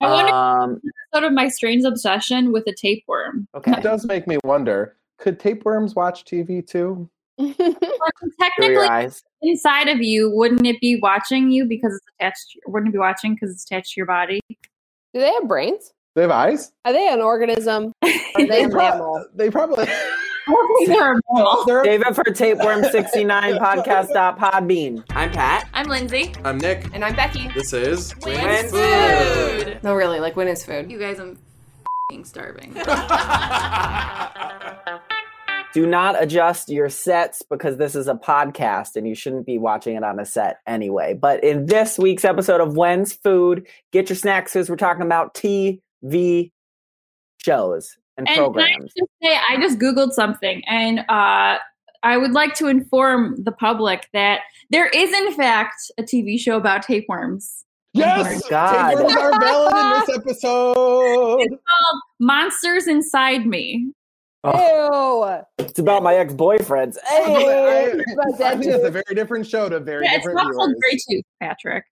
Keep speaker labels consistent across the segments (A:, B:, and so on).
A: I wonder
B: Um,
A: sort of my strange obsession with a tapeworm.
B: okay.
C: It does make me wonder could tapeworms watch TV too?
A: Well,
B: Through
A: technically,
B: your eyes.
A: inside of you, wouldn't it be watching you because it's attached? To, wouldn't it be watching because it's attached to your body?
D: Do they have brains?
C: They have eyes?
D: Are they an organism? Are they a
C: They prob-
D: mammal?
C: Uh, They probably.
A: I don't think they're a mammal.
C: They're-
B: David for Tapeworm69 podcast.podbean. I'm Pat.
E: I'm Lindsay.
F: I'm Nick.
E: And I'm Becky.
F: This is
E: When's
F: Food.
D: No, really. Like when is food?
E: You guys, I'm f***ing starving.
C: Oh
B: Do not adjust your sets because this is a podcast and you shouldn't be watching it on a set anyway. But in this week's episode of When's Food, get your snacks because we're talking about TV shows and,
A: And can I
B: programs.
A: just say, I just Googled something, and uh, I would like to inform the public that there is, in fact, a TV show about tapeworms
C: yes!
B: Oh my God.
C: Tapeworms are valid in this episode.
A: called Monsters Inside Me.
D: Ew.
B: It's about my ex boyfriends.
C: I,
B: Hey!
D: But
C: I
D: that
C: think it's a
D: dude-
C: very different show to very
A: Yeah, it's
C: different
A: not called
C: viewers.
A: Grey Tooth, Patrick.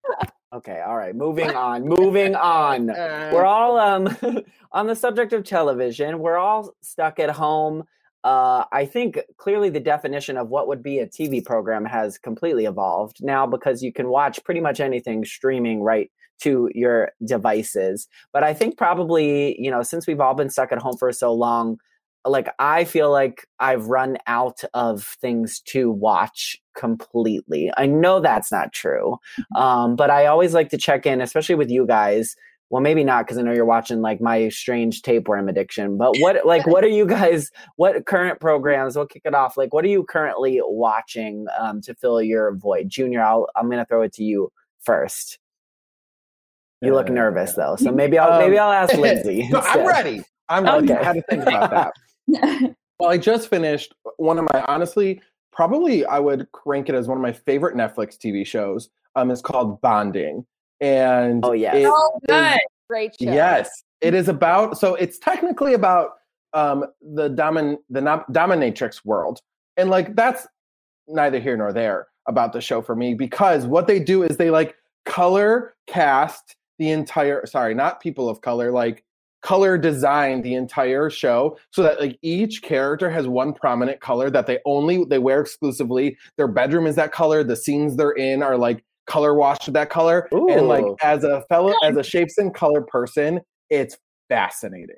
B: Okay, all right, moving on, moving on.
C: Uh,
B: we're all um on the subject of television we're all stuck at home uh i think clearly the definition of what would be a tv program has completely evolved now because you can watch pretty much anything streaming right to your devices but i think probably you know since we've all been stuck at home for so long like i feel like i've run out of things to watch completely i know that's not true
C: Mm-hmm.
B: um but i always like to check in especially with you guys well maybe not because i know you're watching like my strange tapeworm addiction but what like what are you guys what current programs we'll kick it off like what are you currently watching um, to fill your void junior I'll, i'm gonna throw it to you first you look
C: Uh,
B: nervous though so maybe i'll maybe
C: um,
B: i'll ask lindsay
C: no, I'm
B: instead.
C: ready. I'm ready.
B: Okay.
C: I had to think about that. Well, I just finished one of my honestly, probably I would rank it as one of my favorite Netflix TV shows. Um, it's called Bonding, and
B: Oh, yes. Mm-hmm.
C: it
A: oh,
C: is-
A: good.
D: Great show.
C: yes, it is about. So it's technically about um the domin the nom- dominatrix world, and like that's neither here nor there about the show for me because what they do is they like color cast the entire sorry not people of color like color design the entire show so that like each character has one prominent color that they only they wear exclusively their bedroom is that color the scenes they're in are like color washed to that color and like
B: Ooh.
C: as a fellow as a shapes and color person it's fascinating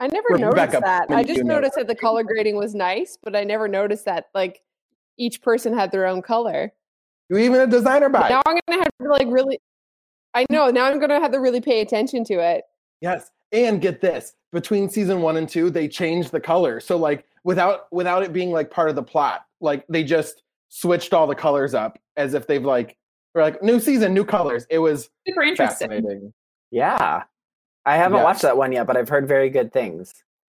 D: I never
C: Rebecca,
D: noticed that.
C: when
D: I
C: did
D: just
C: you know
D: noticed that the color grading was nice, but I never noticed that like each person had their own color.
C: you even a designer by
D: Now I'm gonna have to like really. I know. Now I'm gonna have to really pay attention to it.
C: Yes. And get this, between season 1 and 2, they changed the color. So like without without it being like part of the plot, like they just switched all the colors up as if they've like we're like new season, new colors. It was
A: Super interesting.
C: fascinating.
B: yeah i haven't
C: Yes.
B: watched that one yet but i've heard very good things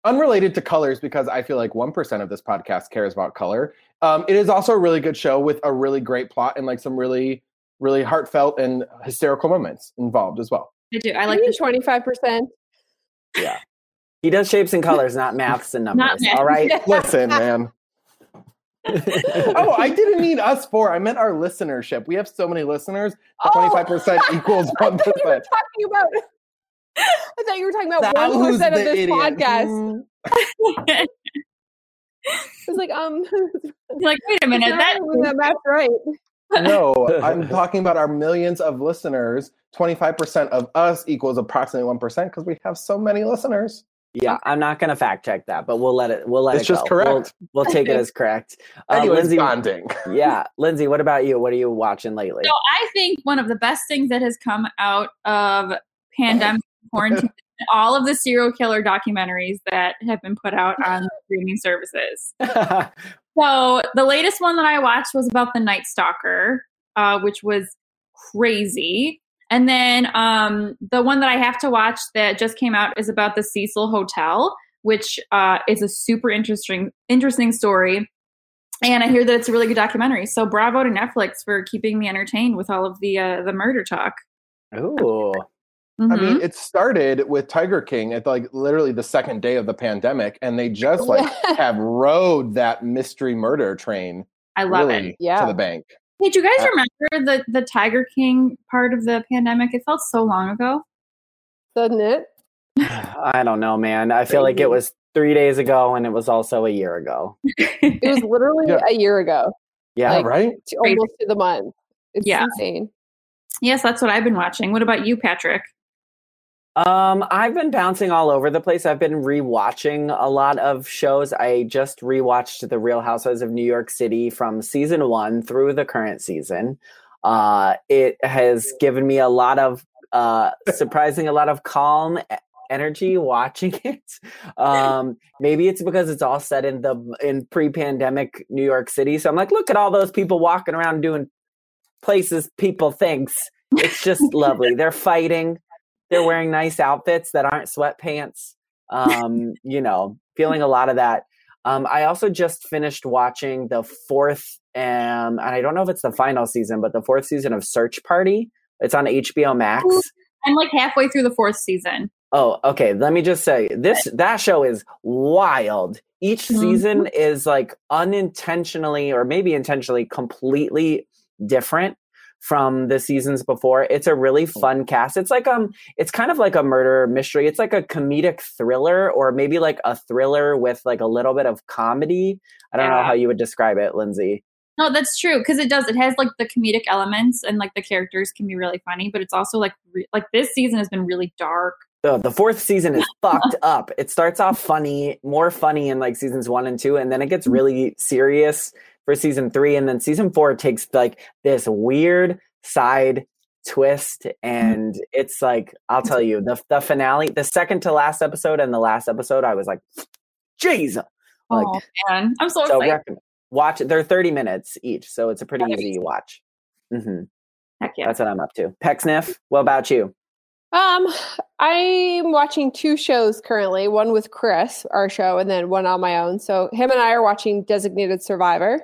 C: Unrelated to colors because I feel like 1% of this podcast cares about color. Um, it is also a really good show with a really great plot and like some really really heartfelt and hysterical moments involved as well.
A: I do. I like the
D: 25 percent.
B: he does shapes and colors not maths and numbers
A: maths.
B: all right
C: Listen, man. oh, I didn't mean us four. I meant our listenership. We have so many listeners. Twenty-five percent equals
D: Oh, I
C: one
D: thought you were
C: percent.
D: talking about. I thought you were talking about one percent of this podcast.
A: You're
D: It's like um.
A: like, wait a minute, that
D: that math right.
C: No, I'm talking about our millions of listeners. Twenty-five percent of us equals approximately one percent because we have so many listeners.
B: yeah i'm not gonna fact check that but we'll let it we'll let
C: It's
B: it
C: just
B: go. We'll-
C: correct.
B: we'll, take it as correct uh,
C: Anyways,
B: lindsay
C: bonding.
B: yeah lindsay what about you what are you watching lately
A: So I think one of the best things that has come out of pandemic quarantine, all of the serial killer documentaries that have been put out on streaming services. So the latest one that I watched was about the Night Stalker, uh, which was crazy. And then um, the one that I have to watch that just came out is about the Cecil Hotel, which uh, is a super interesting interesting story. And I hear that it's a really good documentary. So bravo to Netflix for keeping me entertained with all of the uh, the murder talk.
B: Ooh.
C: I
A: Mhm.
C: mean, it started with Tiger King at like literally the second day of the pandemic, and they just like have rode that mystery murder train
A: I love
C: really
A: it.
D: Yeah.
C: to the bank.
A: Hey, do you guys
C: Uh,
A: remember the the Tiger King part of the pandemic? It felt so long ago.
D: doesn't it?
B: I don't know, man. I feel like it was three days ago, and it was also a year ago.
D: It was literally
C: Yeah.
D: a year ago,
B: Yeah,
D: Like-
C: right?
D: to
A: Crazy.
D: almost to the month. It's
A: Yeah.
D: insane.
A: yes, that's what I've been watching. What about you, Patrick?
B: Um, I've been bouncing all over the place. I've been rewatching a lot of shows. I just rewatched The Real Housewives of New York City from season one through the current season. Uh, it has given me a lot of uh, surprising, a lot of calm e- energy watching it. Um, maybe it's because it's all set in the in pre-pandemic New York City. So I'm like, look at all those people walking around doing places people thinks. It's just lovely. They're fighting they're wearing nice outfits that aren't sweatpants. Um, you know, feeling a lot of that. Um, I also just finished watching the fourth, um, and I don't know if it's the final season, but the fourth season of Search Party. It's on HBO Max.
A: Ooh. I'm like halfway through the fourth season.
B: Oh, okay. Let me just say this that show is wild. Each
A: Mhm.
B: season is like unintentionally or maybe intentionally completely different from the seasons before. It's a really fun cast. It's like um it's kind of like a murder mystery. It's like a comedic thriller or maybe like a thriller with like a little bit of comedy. I don't know
A: Yeah.
B: how you would describe it, Lindsay.
A: No, that's true because it does. It has like the comedic elements and like the characters can be really funny, but it's also like re- like this season has been really dark.
B: The, the fourth season is fucked up. It starts off funny, more funny in like seasons one and two, and then it gets really serious for season three. And then season four takes like this weird side twist. And it's like, I'll tell you, the, the finale, the second to last episode and the last episode, I was like, Jesus. Like,
A: oh man, I'm so,
B: so
A: excited.
B: recommend. watch it. They're 30 minutes each, so it's a pretty easy watch. hmm
A: Heck yeah.
B: That's what I'm up to. Peck Sniff, what about you?
D: Um, I'm watching two shows currently. One with Chris, our show, and then one on my own. So him and I are watching Designated Survivor,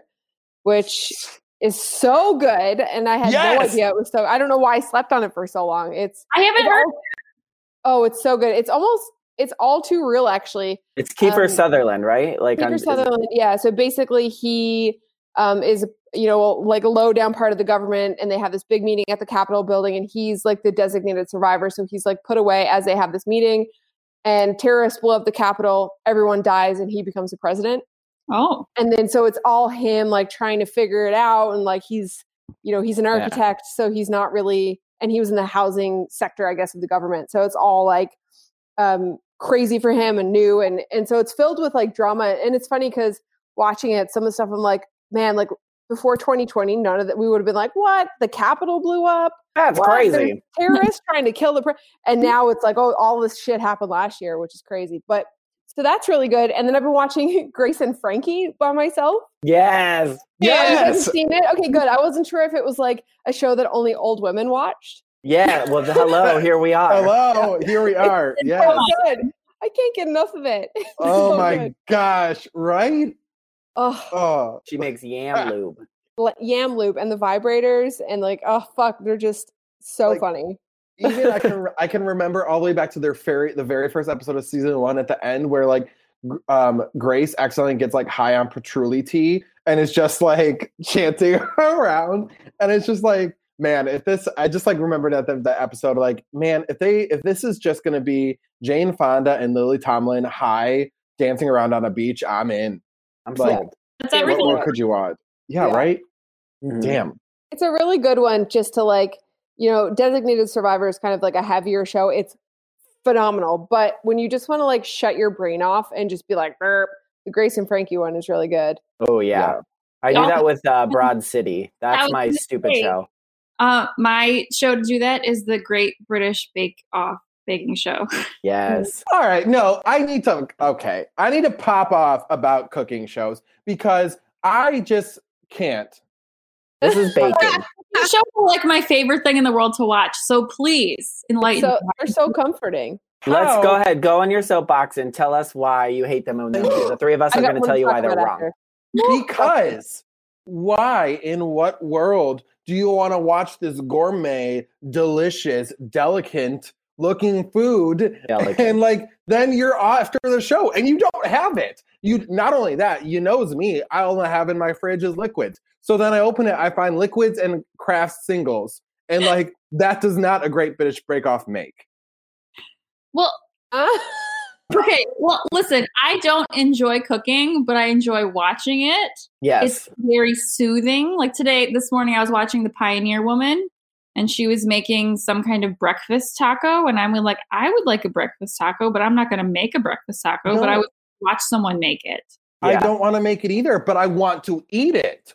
D: which is so good. And I had no
C: Yes!
D: idea it was so. I don't know why I slept on it for so long. It's
A: I haven't
D: it's
A: heard.
D: all- oh, it's so good. It's almost it's all too real actually.
B: It's Kiefer
D: Um,
B: Sutherland, right? Like
D: Peter
B: on- is it-
D: Sutherland, yeah. So basically, he um, is you know like a low down part of the government, and they have this big meeting at the Capitol building, and he's like the designated survivor, so he's like put away as they have this meeting, and terrorists blow up the Capitol, everyone dies, and he becomes the president,
A: Oh,
D: and then so it's all him like trying to figure it out, and like he's you know he's an architect, so he's not really, and he was in the housing sector, I guess, of the government, so it's all like um, crazy for him and new and and so it's filled with like drama and it's funny because watching it some of the stuff i'm like man like before 2020 none of that we would have been like what the capitol blew up
B: That's
D: What?
B: crazy.
D: There's terrorists trying to kill the pre-. and now it's like oh all this shit happened last year which is crazy but so that's really good and then i've been watching grace and frankie by myself
B: Yes.
D: you haven't
C: Yes.
D: seen it okay good i wasn't sure if it was like a show that only old women watched
B: Yeah. Well, th- hello. Here we are.
C: Hello, here we are.
D: oh
C: Yes.
D: good i can't get enough of it It's
C: Oh
D: so
C: my
D: good.
C: gosh, right?
D: oh
C: Oh.
B: She makes yam lube.
D: l- yam loop and the vibrators and like oh fuck they're just so
C: Like-
D: funny
C: Even I can I can remember all the way back to their very the very first episode of season 1 at the end where like gr- um Grace accidentally gets like high on patchouli tea and is just like chanting around and it's just like man, if this I just like remembered at the, the episode like man, if they if this is just going to be Jane Fonda and Lily Tomlin high dancing around on a beach, I'm in.
B: I'm
C: Like,
B: sold.
A: that's
D: Yeah,
C: what
A: everything.
C: more could you want? Yeah,
D: Yeah.
C: right?
B: Mhm.
C: Damn.
D: it's a really good one just to like you know designated survivor is kind of like a heavier show it's phenomenal but when you just want to like shut your brain off and just be like burp the grace and frankie one is really good
B: Oh yeah.
C: Yeah.
B: I do
A: Y'all-
B: that with uh, Broad City.
A: I
B: That's
A: was
B: my
A: gonna
B: stupid
A: say.
B: show.
A: Uh, my show to do that is the Great British Bake Off baking show.
B: Yes.
C: All right, no, I need to. Okay, I need to pop off about cooking shows because I just can't.
B: This is bacon.
A: the show is like my favorite thing in the world to watch. So please enlighten.
D: so
A: me.
D: they're so comforting
B: Let's
C: How-
B: go ahead. Go on your soapbox and tell us why you hate them. And then the three of us
D: I
B: are
D: got
B: going to
D: one
B: tell you
D: talk
B: why they're
D: about
B: wrong.
D: after.
C: Because why in what world do you want to watch this gourmet, delicious, delicate looking food
B: Yeah, like-
C: and like then you're after the show and you don't have it you not only that you knows me i only have in my fridge is liquids so then i open it i find liquids and craft singles and like that does not a great british break off make
A: Well, okay. Well, listen, I don't enjoy cooking, but I enjoy watching it.
B: Yes.
A: It's very soothing. Like today, this morning, I was watching The Pioneer Woman, and she was making some kind of breakfast taco, and I'm like, I would like a breakfast taco, but I'm not going to make a breakfast taco, but I
C: No.
A: would watch someone make it.
C: I
B: Yeah.
C: don't want to make it either, but I want to eat it.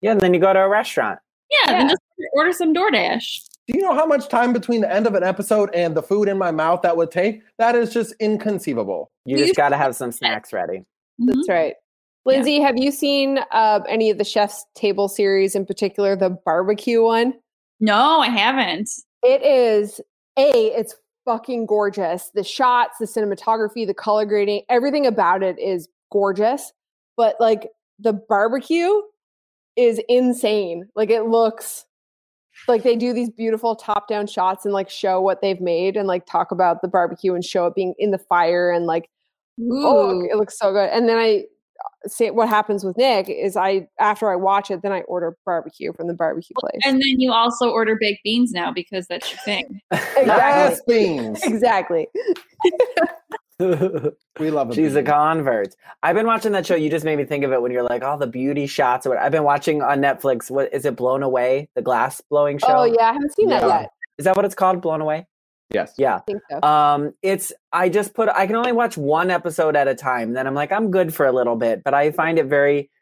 B: yeah. And then you go to a restaurant.
A: Yeah,
D: Yeah.
A: then just order some DoorDash.
C: Do you know how much time between the end of an episode and the food in my mouth that would take? That is just inconceivable.
B: You
A: You-
B: just got to have some snacks ready.
A: Mhm.
D: That's right. Lindsay, have you seen uh, any of the Chef's Table series, in particular the barbecue one?
A: No, I haven't.
D: It is a. It's fucking gorgeous. The shots, the cinematography, the color grading, everything about it is gorgeous. But like the barbecue is insane. Like it looks like they do these beautiful top-down shots and like show what they've made and like talk about the barbecue and show it being in the fire and like
A: Ooh.
D: oh it looks so good. And then I uh, say what happens with Nick is I after I watch it then I order barbecue from the barbecue place.
A: And then you also order baked beans now because that's your thing.
C: Yes, beans.
D: Exactly.
C: We love them.
B: She's a convert. I've been watching that show. You just made me think of it when you're like, all the beauty shots. Or what. I've been watching on Netflix. What is it? Blown Away, the glass blowing show.
D: Oh yeah, I haven't seen that
C: Yeah.
D: yet.
B: Is that what it's called? Blown Away.
C: Yes.
B: Yeah.
D: I think so.
C: Uh,
B: Um, it's I just put I can only watch one episode at a time. Then I'm like, I'm good for a little bit, but I find it very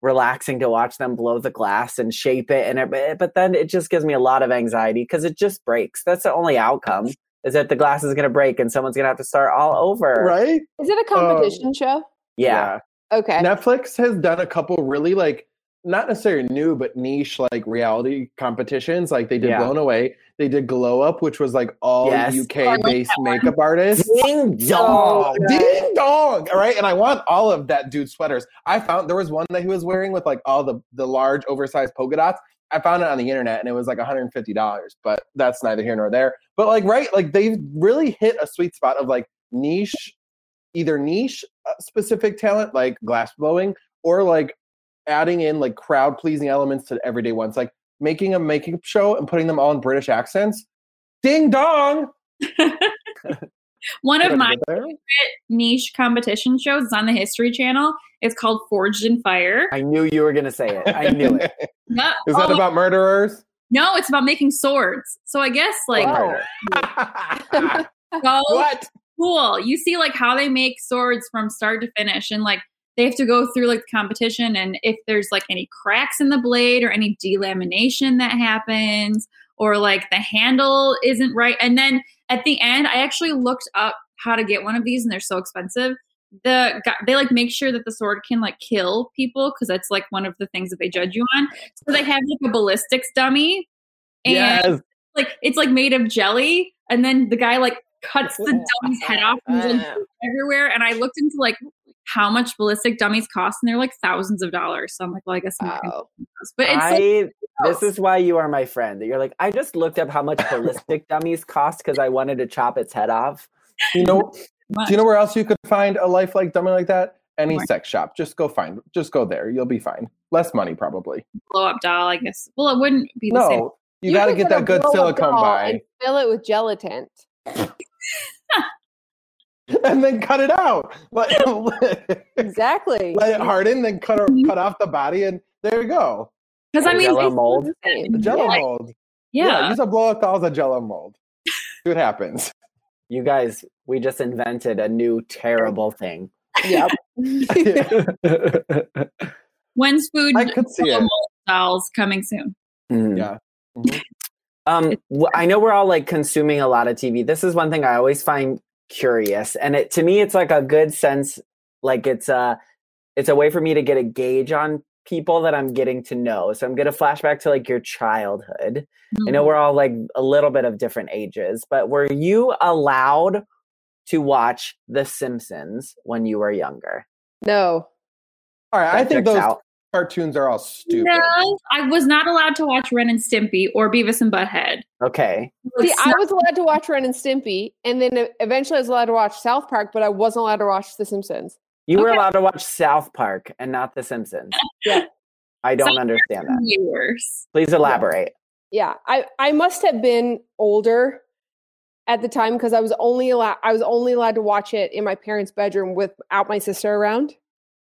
B: relaxing to watch them blow the glass and shape it and it, but then it just gives me a lot of anxiety because it just breaks. That's the only outcome is that the glass is gonna break and someone's gonna have to start all over.
C: Right?
D: Is it a
C: um,
D: competition show?
B: Yeah.
D: Okay.
C: Netflix has done a couple really like not necessarily new but niche like reality competitions. Like they did
B: Yeah.
C: Blown Away, they did Glow Up, which was like all
B: Yes. Oh,
C: UK based makeup artists.
B: Ding dong.
C: ding dong! All right, and I want all of that dude's sweaters. I found there was one that he was wearing with like all the the large oversized polka dots. I found it on the internet and it was like $150, but that's neither here nor there. But like, right, like they've really hit a sweet spot of like niche, either niche uh, specific talent like glass blowing or like adding in like crowd pleasing elements to everyday ones, like making a makeup show and putting them all in British accents. Ding dong!
A: One
C: Did I
A: of
C: do
A: my
C: it there?
A: niche competition shows is on the History Channel. It's called Forged in Fire.
B: I knew you were gonna say it. I knew it.
A: Yep.
C: Is that
A: Oh,
C: about murderers?
A: no, it's about making swords. So I guess like
D: Wow.
A: so
C: what?
A: cool. You see like how they make swords from start to finish and like they have to go through like the competition and if there's like any cracks in the blade or any delamination that happens or like the handle isn't right and then at the end I actually looked up how to get one of these and they're so expensive. The gu- they like make sure that the sword can like kill people cuz that's like one of the things that they judge you on. So they have like a ballistics dummy and
B: Yes.
A: like it's like made of jelly and then the guy like cuts the dummy's head off and he's like, everywhere and i looked into like how much ballistic dummies cost and they're like thousands of dollars so i'm like well i guess i'm not gonna
D: Wow.
A: do this. but it's like,
B: I
A: gross.
B: this is why you are my friend. You're like, I just looked up how much ballistic dummies cost because I wanted to chop its head off.
C: You know,
A: much.
C: do you know where else you could find a life like dummy like that? Any
A: Where?
C: sex shop. Just go find. Just go there. You'll be fine. Less money probably.
A: blow up doll i guess well it wouldn't be the same
C: No, you, got to
D: can
C: get
D: put a
C: that good
D: blow-up
C: silicone
D: doll
C: by
D: And fill it with gelatin.
C: and then cut it out. Let, let
D: Exactly.
C: it harden, then cut or, cut off the body, and there you go.
A: because i
B: Is
A: mean
B: that what
A: it's-
B: mold.
D: Same.
C: A jello
A: Mm-hmm. Yeah.
C: mold.
A: yeah
C: use a blow up doll as a jello mold. See what happens.
B: You guys, we just invented a new terrible thing.
D: Yep.
A: when's food
C: I could see it.
A: dolls coming soon
C: Yeah.
B: Mm.
C: Mm-hmm.
B: Um, wh- I know we're all like consuming a lot of TV. This is one thing I always find curious, and it to me, it's like a good sense. Like it's a, it's a way for me to get a gauge on people that I'm getting to know. So I'm gonna flashback to like your childhood. I
C: Mm-hmm.
B: know we're all like a little bit of different ages, but were you allowed to watch The Simpsons when you were younger?
D: No.
C: All right. I
B: That
C: think
B: checks
C: those
B: out.
C: cartoons are all stupid.
A: no i was not allowed to watch ren and stimpy or beavis and butthead
B: Okay.
D: See, I was allowed to watch Ren and Stimpy, and then e- eventually I was allowed to watch South Park, but I wasn't allowed to watch The Simpsons.
B: You were
A: Okay.
B: allowed to watch South Park and not The Simpsons.
D: Yeah.
B: I don't
A: South Park
B: understand that.
A: way worse
B: Please elaborate.
D: Yeah, I I must have been older at the time because I was only allowed I was only allowed to watch it in my parents' bedroom without my sister around.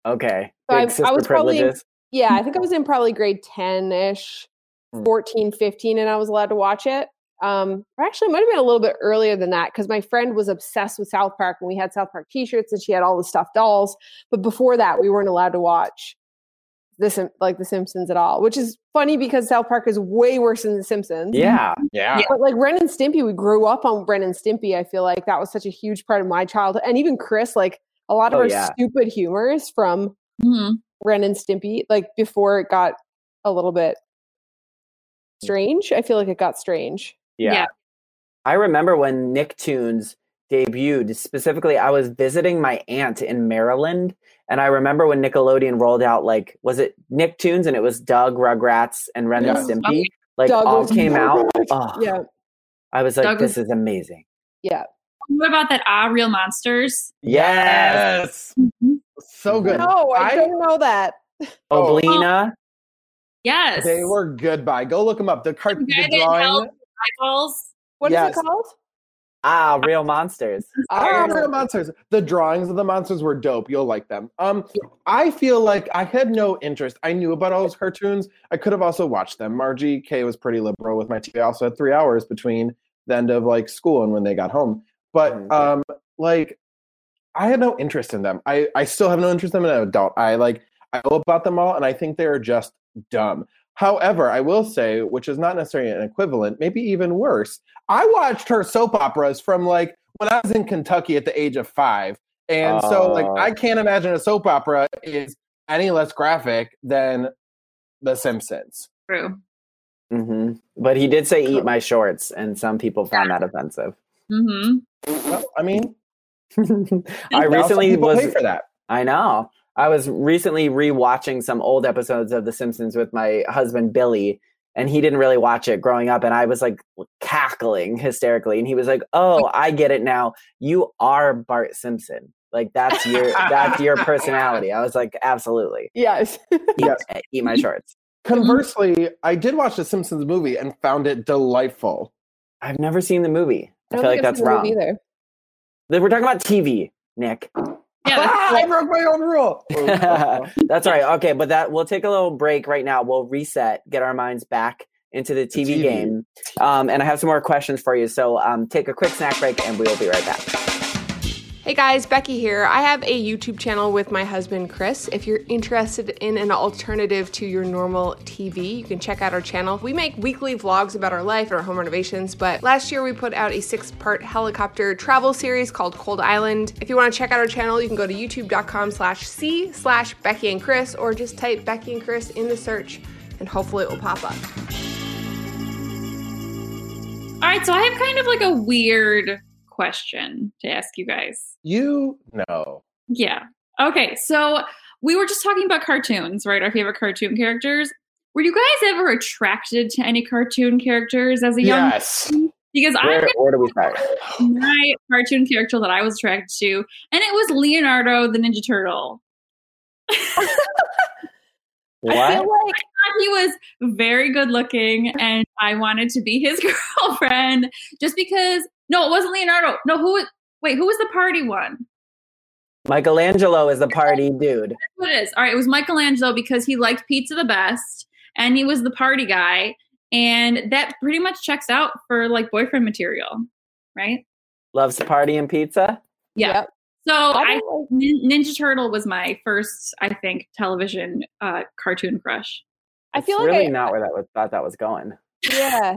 B: Okay.
D: So I-
B: Big sister
D: I was probably-
B: privileges.
D: Yeah,
B: Mm.
D: I think I was in probably grade 10-ish,
B: Hmm.
D: 14, 15 and I was allowed to watch it. Um or actually it might have been a little bit earlier than that cuz my friend was obsessed with South Park and we had South Park t-shirts and she had all the stuffed dolls, but before that we weren't allowed to watch the Sim- like the Simpsons at all, which is funny because South Park is way worse than the Simpsons.
B: yeah.
C: Yeah.
D: But like Ren and Stimpy, we grew up on Ren and Stimpy. I feel like that was such a huge part of my childhood. And even Chris, like a lot of
B: Oh,
D: our
B: yeah.
D: stupid humor is from
A: Mhm.
D: Ren and Stimpy, like before it got a little bit strange. I feel like it got strange.
B: Yeah.
A: Yeah.
B: I remember when Nicktoons debuted, specifically, I was visiting my aunt in Maryland. And I remember when Nickelodeon rolled out, like, was it Nicktoons? And it was Doug, Rugrats, and Ren and
C: Yes.
B: Stimpy. Like,
D: Doug
B: all
D: was
B: came out. Oh,
D: Yeah.
B: I was like,
A: Doug was-
B: this is amazing.
A: What about that? Ah, Real Monsters. Mm-hmm.
B: Yes.
C: So good.
D: No, I,
C: I-
D: don't know that.
C: Oh.
B: Oblina.
A: Yes.
C: They were goodbye. Go look them up. The cart,
A: The guy
C: the
A: that
C: drawing.
A: held- Eyeballs.
D: What is
C: Yes.
D: it called?
B: Ah, real monsters.
C: Ah,
D: Um,
C: the monsters. The drawings of the monsters were dope. You'll like them. Um, I feel like I had no interest. I knew about all those cartoons. I could have also watched them. Margie K was pretty liberal with my TV. I also had three hours between the end of like school and when they got home. But
A: Mm-hmm.
B: Mhm.
C: um, like, I had no interest in them. I I still have no interest in them as an adult. I like I know about them all, and I think they are just dumb. However, I will say, which is not necessarily an equivalent, maybe even worse. I watched her soap operas from like when I was in Kentucky at the age of five. And so like
B: Oh.
C: I can't imagine a soap opera is any less graphic than The Simpsons.
A: True.
B: hmm But he did say eat my shorts, and some people found that offensive.
A: hmm
C: Well, I mean,
B: I
C: now some
B: recently
C: people
B: was
C: pay for that.
B: I know. I was recently rewatching some old episodes of The Simpsons with my husband Billy, and he didn't really watch it growing up, and I was like cackling hysterically, and he was like, "Oh, I get it now. You are Bart Simpson. Like that's your that's your personality." I was like, "Absolutely,
D: Yes.
B: eat,
C: Yes.
B: eat my shorts."
C: Conversely, I did watch The Simpsons movie and found it delightful.
B: I've never seen the movie. I,
D: don't
B: feel like
D: think I've
B: that's
D: seen the
B: wrong.
D: movie either.
B: We're talking about TV, Nick.
A: Yeah. that's-
C: Ah, I broke my own rule.
B: That's all right. Okay, but that we'll take a little break right now. We'll reset, get our minds back into the TV,
C: TV.
B: game. Um, and I have some more questions for you. So um, take a quick snack break and we will be right back.
D: Hey guys, Becky here. I have a YouTube channel with my husband Chris. If you're interested in an alternative to your normal TV, you can check out our channel. We make weekly vlogs about our life and our home renovations, but last year we put out a six part helicopter travel series called Cold Island. If you want to check out our channel, you can go to youtube.com slash C slash Becky and Chris or just type Becky and Chris in the search and hopefully it will pop up.
A: All right. So I have kind of like a weird question to ask you guys.
C: you know.
A: Yeah. Okay. So we were just talking about cartoons, right? Our favorite cartoon characters. Were you guys ever attracted to any cartoon characters as a young?
C: Yes.
A: Because I'm
B: Where, where do we start?
A: my cartoon character that I was attracted to, and it was Leonardo the Ninja Turtle.
B: What?
D: like
A: thought he was very good looking and I wanted to be his girlfriend just because no, it wasn't Leonardo. No, who wait, who was the party one?
B: Michelangelo is the party dude.
A: That's what it is. All right, it was Michelangelo because he liked pizza the best and he was the party guy. And that pretty much checks out for like boyfriend material, right?
B: Loves party and pizza.
A: Yeah.
D: Yep.
A: So I,
D: don't like-
A: Nin Ninja Turtle was my first, I think, television uh, cartoon crush.
D: I feel
B: it's
D: like
B: really
D: I-
B: not where that was thought that was going.
D: yeah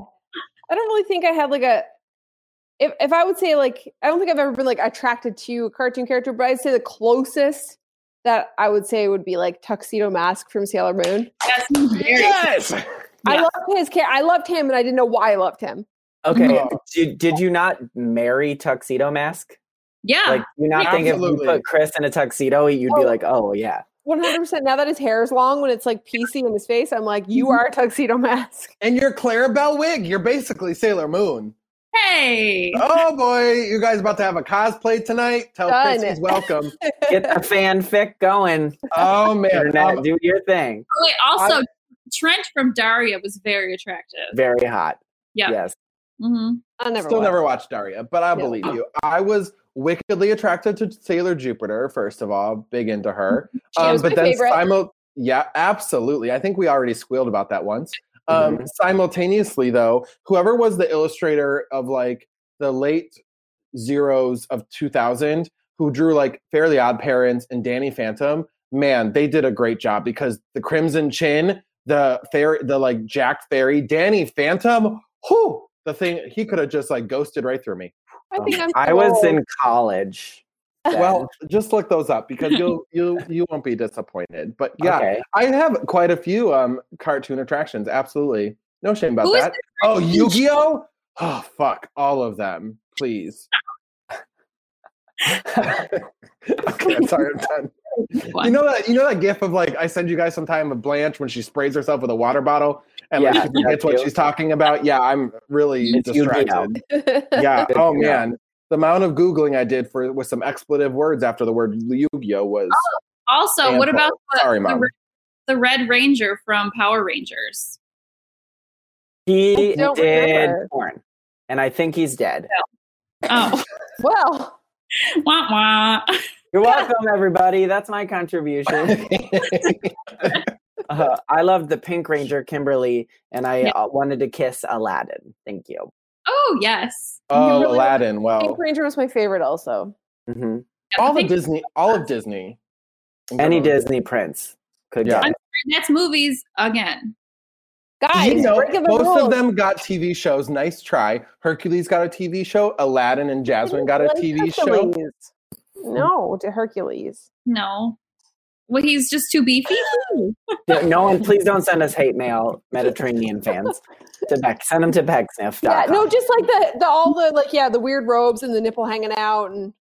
D: i don't really think i had like a if, if i would say like i don't think i've ever been like attracted to a cartoon character but i'd say the closest that i would say would be like tuxedo mask from sailor moon
A: Yes, he was very-
C: Yes.
D: i
A: Yeah.
D: loved his care i loved him and i didn't know why i loved him
B: Okay.
C: No.
B: Did, did you not marry Tuxedo Mask?
A: yeah.
B: Like, do you not think if
C: Absolutely.
B: you put Chris in a tuxedo, you'd be
D: Oh.
B: like, oh, yeah.
D: 100% now that his hair is long when it's like pc in his face i'm like
C: Mm-hmm.
D: you are a tuxedo mask
C: And your Clarabelle wig. You're basically Sailor Moon.
A: hey.
C: Oh boy, you guys about to have a cosplay tonight? Tell Chris
D: Done.
C: he's welcome.
B: Get the fanfic going.
C: Oh man,
B: Internet,
C: Um,
B: do your thing.
A: Oh, wait, also, Trent from Daria was very attractive.
B: Very hot.
A: Yeah.
B: Yes.
A: hmm
D: I never.
C: Still
D: was.
C: never watched Daria, but I
D: No.
C: believe you. I was wickedly attracted to Sailor Jupiter, first of all, big into her.
D: She was
C: Um, but
D: my
C: then
D: favorite.
C: Simo- yeah, absolutely. I think we already squealed about that once. Um,
D: Mm-hmm.
C: Simultaneously, though, whoever was the illustrator of like the late zeros of 2000, who drew like Fairly Odd Parents and Danny Phantom, man, they did a great job because the Crimson Chin, the fairy, the like Jack Fairy, Danny Phantom, whoo, the thing he could have just like ghosted right through me.
D: I think I'm.
B: I was
D: old.
B: in college. then.
C: Well, just look those up because you'll you you won't be disappointed. But yeah,
B: Okay.
C: I have quite a few um cartoon attractions. Absolutely, no shame about
A: Who is
C: that. Oh, Yu-Gi-Oh! Oh fuck, all of them, please. okay, I'm sorry, I'm done. You know that you know that gif of like I send you guys sometime of Blanche when she sprays herself with a water bottle and like
B: Yeah,
C: she forgets what
B: that's you.
C: she's talking about. Yeah, I'm really
B: It's Yu-Gi-Oh.
C: distracted. Yeah. Oh
B: Yeah.
C: man, the amount of googling I did for with some expletive words after the word Yu-Gi-Oh was.
A: Also,
C: And
A: what about the,
C: sorry,
A: the,
C: Mom.
A: Red- the Red Ranger from Power Rangers?
B: He
D: I don't
B: did
D: remember.
B: porn, and I think he's dead.
A: Oh,
D: Well,
A: wah wah.
B: You're welcome, everybody. That's my contribution. Uh, I loved the Pink Ranger, Kimberly, and I
A: Yeah.
B: uh, wanted to kiss Aladdin. Thank you.
A: Oh yes.
C: oh,
D: really-
C: Aladdin. Well,
D: Pink Ranger was my favorite. Also,
C: Mm-hmm.
B: Mhm.
A: Yeah,
C: all
A: I
C: the
A: think
C: Disney, all of Disney.
B: Any Disney prince could
C: Yeah.
B: get it.
A: that's movies again.
D: guys,
C: You know,
D: break the
C: most
D: rules.
C: of them got TV shows. Nice try. Hercules got a TV show. Aladdin and Jasmine got a
D: Like
C: TV show.
D: Hercules. No, to Hercules.
A: No. Well, he's just too beefy.
B: No- No one, please don't send us hate mail, Mediterranean fans. To Beck, send them to Becksniff.
D: Yeah, no, just like the, the all the like yeah the weird robes and the nipple hanging out and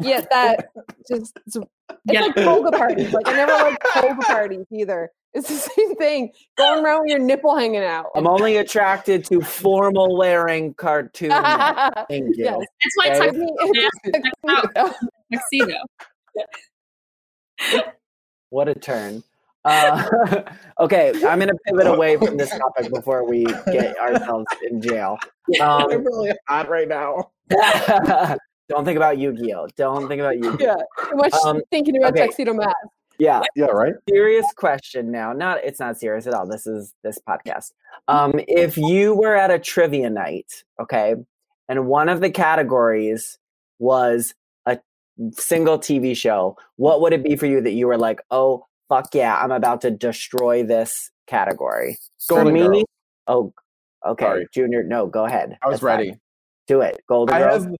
D: yeah that just it's, it's
A: Yeah.
D: like toga parties. Like I never liked toga parties either. It's the same thing going around with your nipple hanging out.
B: I'm only attracted to formal wearing cartoon. men. Thank you.
D: Yes.
A: That's why
C: Okay.
A: it's
D: It's just like,
A: tuxedo.
B: What a turn. Uh, okay, I'm going to pivot away from this topic before we get ourselves in jail.
C: I'm
B: Um,
C: really hot right now.
B: don't think about Yu Gi Oh! Don't think about Yu Gi Oh!
D: yeah, too much
B: Um,
D: thinking about
B: okay.
D: tuxedo mask.
B: Yeah,
C: Yeah, right.
B: serious question now. Not it's not serious at all. This is this podcast. Um, if you were at a trivia night, okay, and one of the categories was a single TV show, what would it be for you that you were like, oh fuck yeah, I'm about to destroy this category?
C: Golden
B: for me,
C: Girls.
B: oh okay,
C: Sorry.
B: Junior, no, go ahead.
C: I was
B: That's fine.
C: ready.
B: Do it. Golden
C: I
B: Girls.
C: have.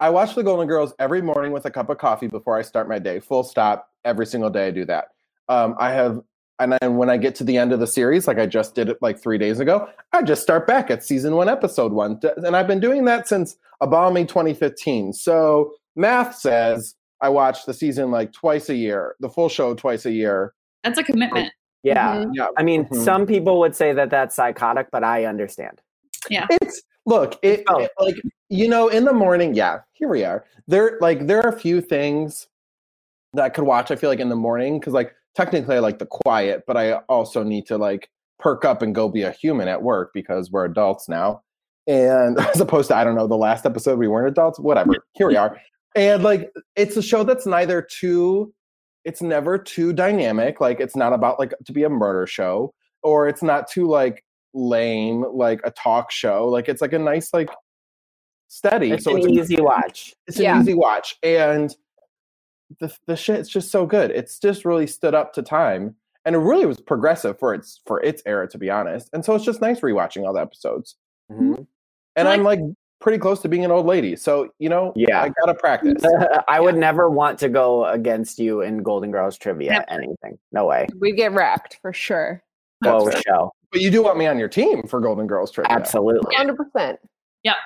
C: I watch the Golden Girls every morning with a cup of coffee before I start my day. Full stop. Every single day, I do that. Um, I have, and then when I get to the end of the series, like I just did it like three days ago, I just start back at season one, episode one, D- and I've been doing that since a balmy 2015. So math says I watch the season like twice a year, the full show twice a year.
A: That's a commitment.
B: Yeah.
D: Mhm.
C: Yeah,
B: I mean,
C: Mhm.
B: some people would say that that's psychotic, but I understand.
C: it's look it,
B: Oh.
C: it- like you know in the morning yeah here we are there like there are a few things that i could watch i feel like in the morning because like technically i like the quiet but i also need to like perk up and go be a human at work because we're adults now and as opposed to i don't know the last episode we weren't adults whatever here we are and like it's a show that's neither too it's never too dynamic like it's not about like to be a murder show or it's not too like lame like a talk show like it's like a nice like steady
B: It's
C: so
B: an
C: it's,
B: easy watch.
C: it's an
D: Yeah.
C: easy watch and the, the shit's just so good it's just really stood up to time and it really was progressive for its for its era to be honest and so it's just nice rewatching all the episodes
B: Mhm.
C: Mm-hmm. and
A: I
C: i'm like pretty close to being an old lady so you know
B: Yeah.
C: i gotta practice
B: I would never want to go against you in Golden Girls trivia.
A: Never.
B: Anything? No way.
D: mm-hmm. We get wrapped for sure,
C: That's
B: Whoa,
C: fair.
B: show.
C: but you do want me on your team for golden girls trivia
B: Absolutely.
D: hundred percent.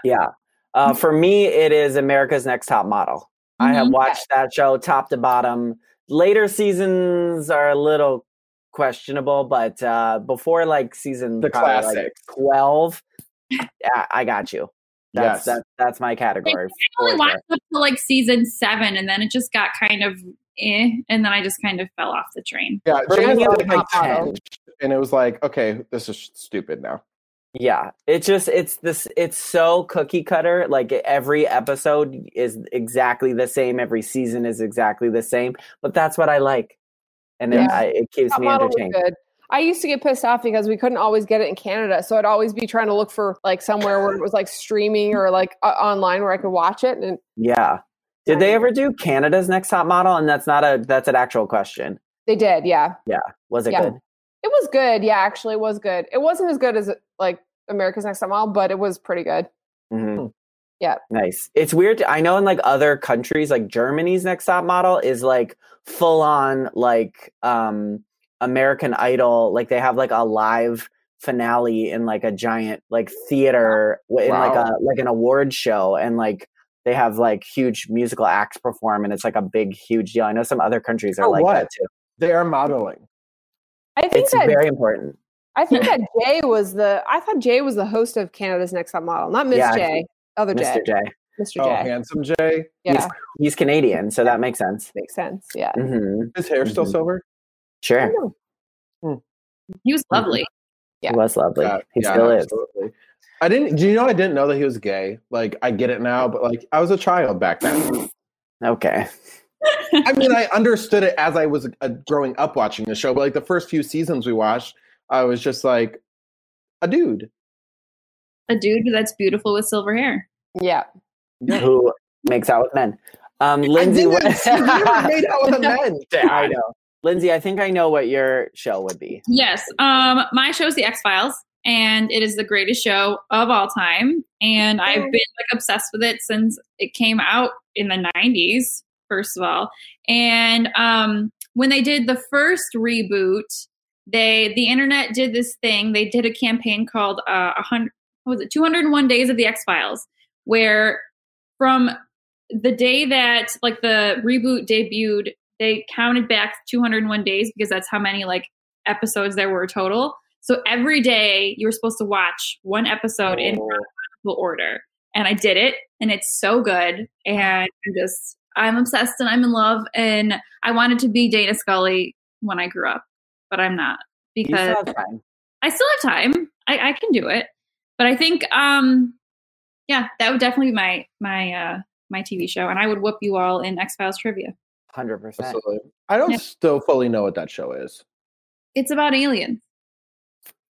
B: Yeah. Uh, for me, it is America's Next Top Model. I have
A: Mhm.
B: watched that show top to bottom. Later seasons are a little questionable, but uh, before like season
C: The
B: probably, like,
C: classics.
B: twelve, yeah, I got you. That's
C: Yes.
B: that's, that's my category.
A: I only
B: for
A: watched
B: sure.
A: up to like season seven, and then it just got kind of eh, and then I just kind of fell off the train.
C: yeah
B: For me,
C: Janice
B: it was
C: did, like,
B: like 10.
C: 10, and it was like okay this is stupid now
B: Yeah, it's just it's this it's so cookie cutter. Like every episode is exactly the same. Every season is exactly the same. But that's what I like, and it,
D: Yeah.
B: I, it keeps
D: That
B: me
D: model was
B: entertained.
D: good. I used to get pissed off because we couldn't always get it in Canada, so I'd always be trying to look for like somewhere where it was like streaming or like uh, online where I could watch it. And
B: Yeah. Did they ever do Canada's Next Top Model? And that's not a that's an actual question.
D: they did, yeah.
B: Was it
D: Yeah.
B: good?
D: It was good, yeah. Actually, it was good. It wasn't as good as like America's Next Top Model, but it was pretty good.
B: Mhm.
D: Yeah.
B: Nice. It's weird. to- I know in like other countries, like Germany's next top model is like full on like um American Idol. Like they have like a live finale in like a giant like theater w in like
C: Wow.
B: a like an award show and like they have like huge musical acts perform and it's like a big huge deal. I know some other countries are
C: For
B: like that
C: what?
B: too.
C: They are modeling.
D: I think
B: It's
D: that
B: very important.
D: I think that Jay was the I thought Jay was the host of Canada's Next Top Model, not Miss
B: Yeah, I
D: Jay, other Jay,
B: Mr. J.
D: Mr.
C: Oh,
D: Jay.
C: handsome Jay.
D: Yeah,
B: He's- He's Canadian, so that makes sense.
D: makes sense. Yeah.
B: hmm
C: His hair still
B: Mhm.
C: silver.
D: I
B: Sure.
D: know.
A: He was
C: Mm-hmm.
A: lovely.
D: Yeah.
B: He was lovely.
C: Yeah,
B: he
C: yeah,
B: still is.
C: absolutely. I didn't. Do you know I didn't know that he was gay? Like I get it now, but like I was a child back then.
B: Okay.
C: I mean, I understood it as I was uh, growing up watching the show, but like the first few seasons we watched, I was just like a dude.
A: A dude that's beautiful with silver hair.
D: Yeah.
B: who makes out with men. Um, Lindsay,
C: I
B: what,
C: didn't- you never made out with a man.
B: I know. Lindsay, I think I know what your show would be.
A: Yes. Um, my show is The X Files, and it is the greatest show of all time. And I've been like obsessed with it since it came out in the '90s. First of all, and um, when they did the first reboot, they the internet did this thing. They did a campaign called uh, a hundred. What was it? Two hundred and one days of the X Files, where from the day that like the reboot debuted, they counted back 201 days because that's how many like episodes there were total. So every day you were supposed to watch one episode in
B: Oh.
A: chronological order. And I did it and it's so good. And I'm just I'm obsessed and I'm in love and I wanted to be Dana Scully when I grew up, but I'm not
B: You
A: because
B: still have time.
A: I still have time. I, I can do it. But I think um yeah, that would definitely be my my uh my TV show and I would whoop you all in X Files trivia.
B: 100%.
C: Absolutely. I don't
A: Yeah.
C: still fully know what that show is.
A: It's about aliens.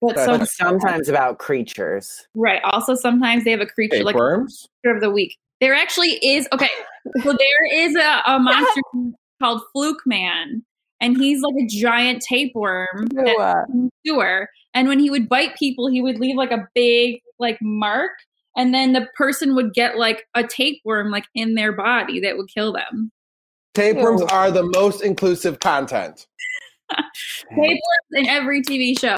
A: But so
C: That's-
B: Sometimes about creatures.
A: right. Also sometimes they have a creature like
C: Tapeworms.
A: monster of the week. There actually is okay. So there is a, a monster called Fluke Man, and he's like a giant tapeworm
D: So,
A: that's
D: uh,
A: a sewer. And when he would bite people, he would leave like a big like mark, and then the person would get like a tapeworm like in their body that would kill them.
C: Tapeworms
D: Ew.
C: are the most inclusive content
A: Tapeworms in every TV show.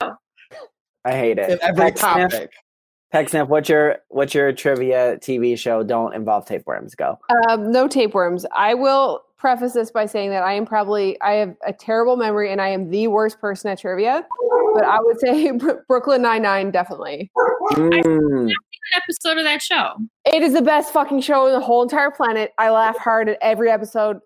B: I hate it.
C: in every
B: Peck Sniff-
C: topic.
B: Peck Sniff, what's your what's your trivia TV show? Don't involve tapeworms. Go.
D: Um, no tapeworms. I will preface this by saying that I am probably I have a terrible memory and I am the worst person at trivia. But I would say Bro- Brooklyn Nine Nine definitely.
B: Mm.
A: An episode of that show.
D: It is the best fucking show in the whole entire planet. I laugh hard at every episode.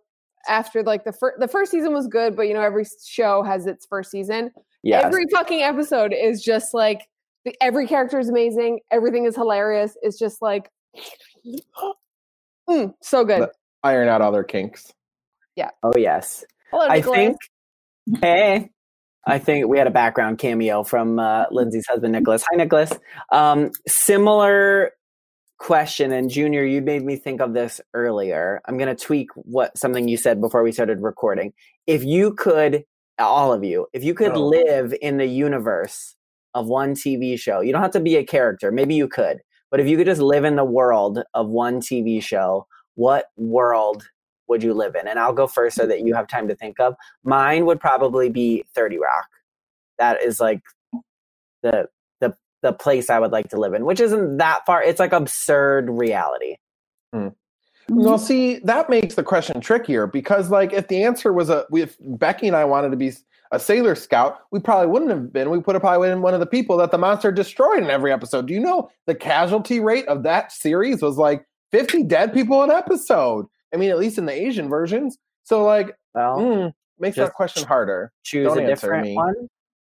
D: After like the first the first season was good, but you know every show has its first season.
B: Yes.
D: Every fucking episode is just like the, every character is amazing. Everything is hilarious. It's just like mm, so good.
C: But- Iron out all their kinks.
B: oh yes.
D: Hello,
B: I
D: Nicholas.
B: think. Hey. I think we had a background cameo from uh, Lindsay's husband, Nicholas. Hi, Nicholas. Um, similar question, and Junior, you made me think of this earlier. I'm going to tweak what something you said before we started recording. If you could, all of you, if you could
C: Oh.
B: live in the universe of one TV show, you don't have to be a character. Maybe you could, but if you could just live in the world of one TV show, what world would you live in? And I'll go first so that you have time to think of. Mine would probably be 30 Rock. That is like the the the place I would like to live in, which isn't that far. It's like absurd reality. Mm-hmm.
C: Well, see, that makes the question trickier because, like, if the answer was a, if Becky and I wanted to be a sailor scout, we probably wouldn't have been. We put have probably been one of the people that the monster destroyed in every episode. Do you know the casualty rate of that series was like 50 dead people an episode? I mean, at least in the Asian versions. So, like,
B: Well,
A: Hmm.
C: mm, makes
B: Just-
C: that question harder.
B: choose
C: don't
B: a
C: answer
B: different
C: me.
B: one.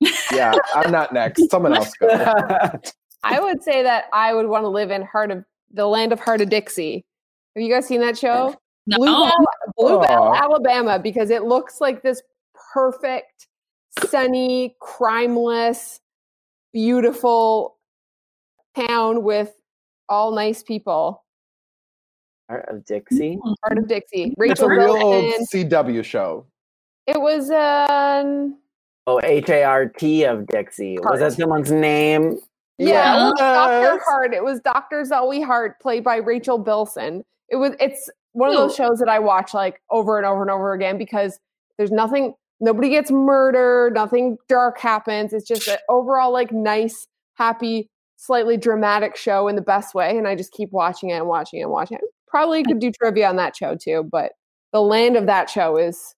C: Yeah, I'm not next. Someone else go.
D: I would say that I would want to live in Heart of the Land of Heart of Dixie. Have you guys seen that show?
A: No.
D: Bluebell, Bluebell
C: Aw.
D: Alabama, because it looks like this perfect, sunny, crimeless, beautiful town with all nice people.
B: Heart of Dixie.
A: Hmm.
D: Heart of Dixie.
C: It's a
D: Rachel
C: real old
D: Bilson.
C: CW show.
D: It was um
B: Oh, H A R T of Dixie. Was that someone's name?
D: yeah, it was Dr.
C: Yes.
D: Hart. It was Dr. Zoe Hart played by Rachel Bilson. It was it's one of
A: Ew.
D: those shows that I watch like over and over and over again because there's nothing nobody gets murdered, nothing dark happens. It's just an overall like nice, happy, slightly dramatic show in the best way and I just keep watching it and watching it and watching it. Probably could do trivia on that show too, but the land of that show is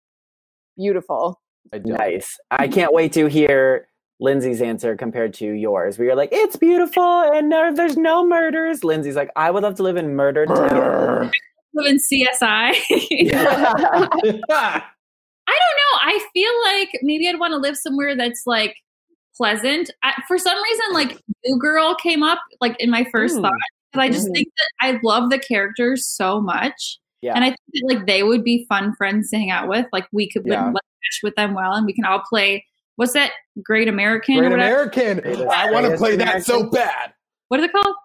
D: beautiful.
C: I don't.
B: Nice. I can't wait to hear Lindsay's answer compared to yours. We were like, it's beautiful and no, there's no murders. Lindsay's like, I would love to live in murder. town."
C: Murder.
A: live in CSI. I don't know. I feel like maybe I'd want to live somewhere that's like pleasant. I, for some reason, like New Girl came up like in my first
B: Mm.
A: thought because I just
D: Mhm.
A: think that I love the characters so much,
B: Yeah.
A: and I think that, like they would be fun friends to hang out with. Like we could would,
C: Yeah.
A: like, mesh with them well, and we can all play. What's that? Great American or
C: Great
A: whatever?
C: American.
B: Greatest-
C: I want to
B: greatest
C: play that so
B: American.
C: bad.
A: what is it called?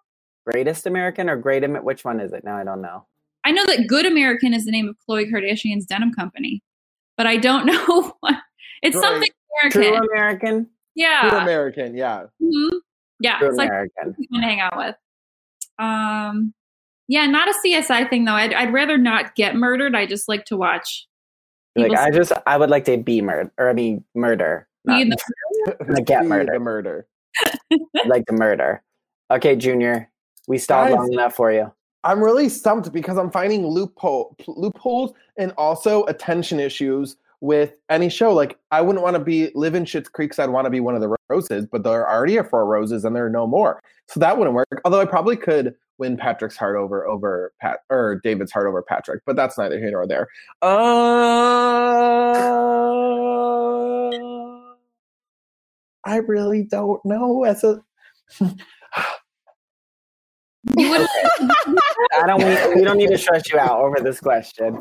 B: Greatest American or Great Am- Which one is it? Now I don't know.
A: I know that Good American is the name of Khloe Kardashian's denim company, but I don't know what. It's
C: Great.
A: something
B: True
A: American.
B: American.
A: Yeah.
B: Uh,
C: Good American, yeah.
A: Mhm. Yeah.
B: True
A: it's like
B: American.
A: you want to hang out with. Um, yeah, not a CSI thing though. I'd, I'd rather not get murdered. I just like to watch.
B: Like,
A: people
B: I just, I would like to be murder, or I mean, murder.
A: be
B: Not,
A: in the-
B: I get
C: Be
B: murdered.
C: The murder.
B: like the murder. Okay, Junior, we stalled
C: Guys.
B: long enough for you.
C: I'm really stumped because I'm finding loophole loopholes and also attention issues with any show. Like I wouldn't want to be live in Schitt's Creek. So I'd want to be one of the roses, but there already are four roses and there are no more. So that wouldn't work. Although I probably could win Patrick's heart over over Pat or David's heart over Patrick, but that's neither here nor there. Uh, I really don't know. As a
A: you wouldn't-
B: I don't. We, we don't need to stress you out over this question.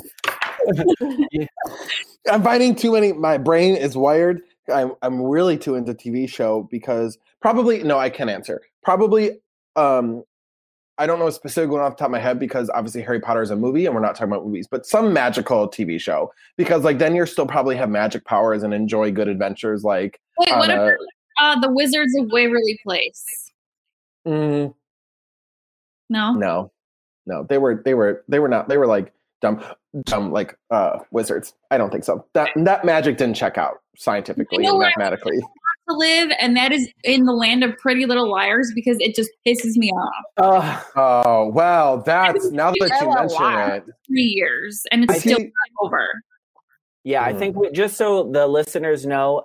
C: I'm finding too many. My brain is wired. I'm I'm really too into TV show because probably no, I can answer. Probably, um, I don't know a specific one off the top of my head because obviously Harry Potter is a movie and we're not talking about movies, but some magical TV show because like then you're still probably have magic powers and enjoy good adventures. Like
A: Wait, what
C: on
A: about
C: a-
A: uh, the Wizards of Waverly Place?
C: Mm,
A: No,
C: no, no, they were they were they were not they were like dumb dumb like uh wizards. I don't think so. That that magic didn't check out scientifically
A: know
C: and
A: where I-
C: mathematically.
A: to live, and that is in the land of Pretty Little Liars because it just pisses me off.
B: Uh,
C: Oh well, that's now that
D: That's a
C: you
D: lot.
C: mention it.
A: Three years, and it's
C: I
A: still
C: see-
A: not over.
B: yeah, I think we, just so the listeners know,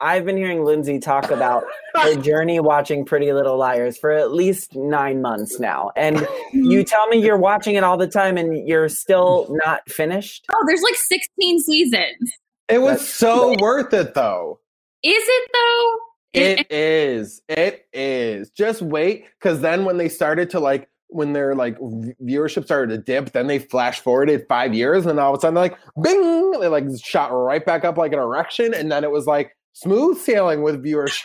B: I've been hearing Lindsay talk about her journey watching Pretty Little Liars for at least nine months now, and you tell me you're watching it all the time and you're still not finished.
A: Oh, there's like 16 seasons.
C: It was so worth it, though.
A: Is it though? It-
C: It is. It is. Just wait, because then when they started to like, when their like v- viewership started to dip, then they flash forwarded five years, and all of a sudden, like, bing, they like shot right back up like an erection, and then it was like smooth sailing with viewership,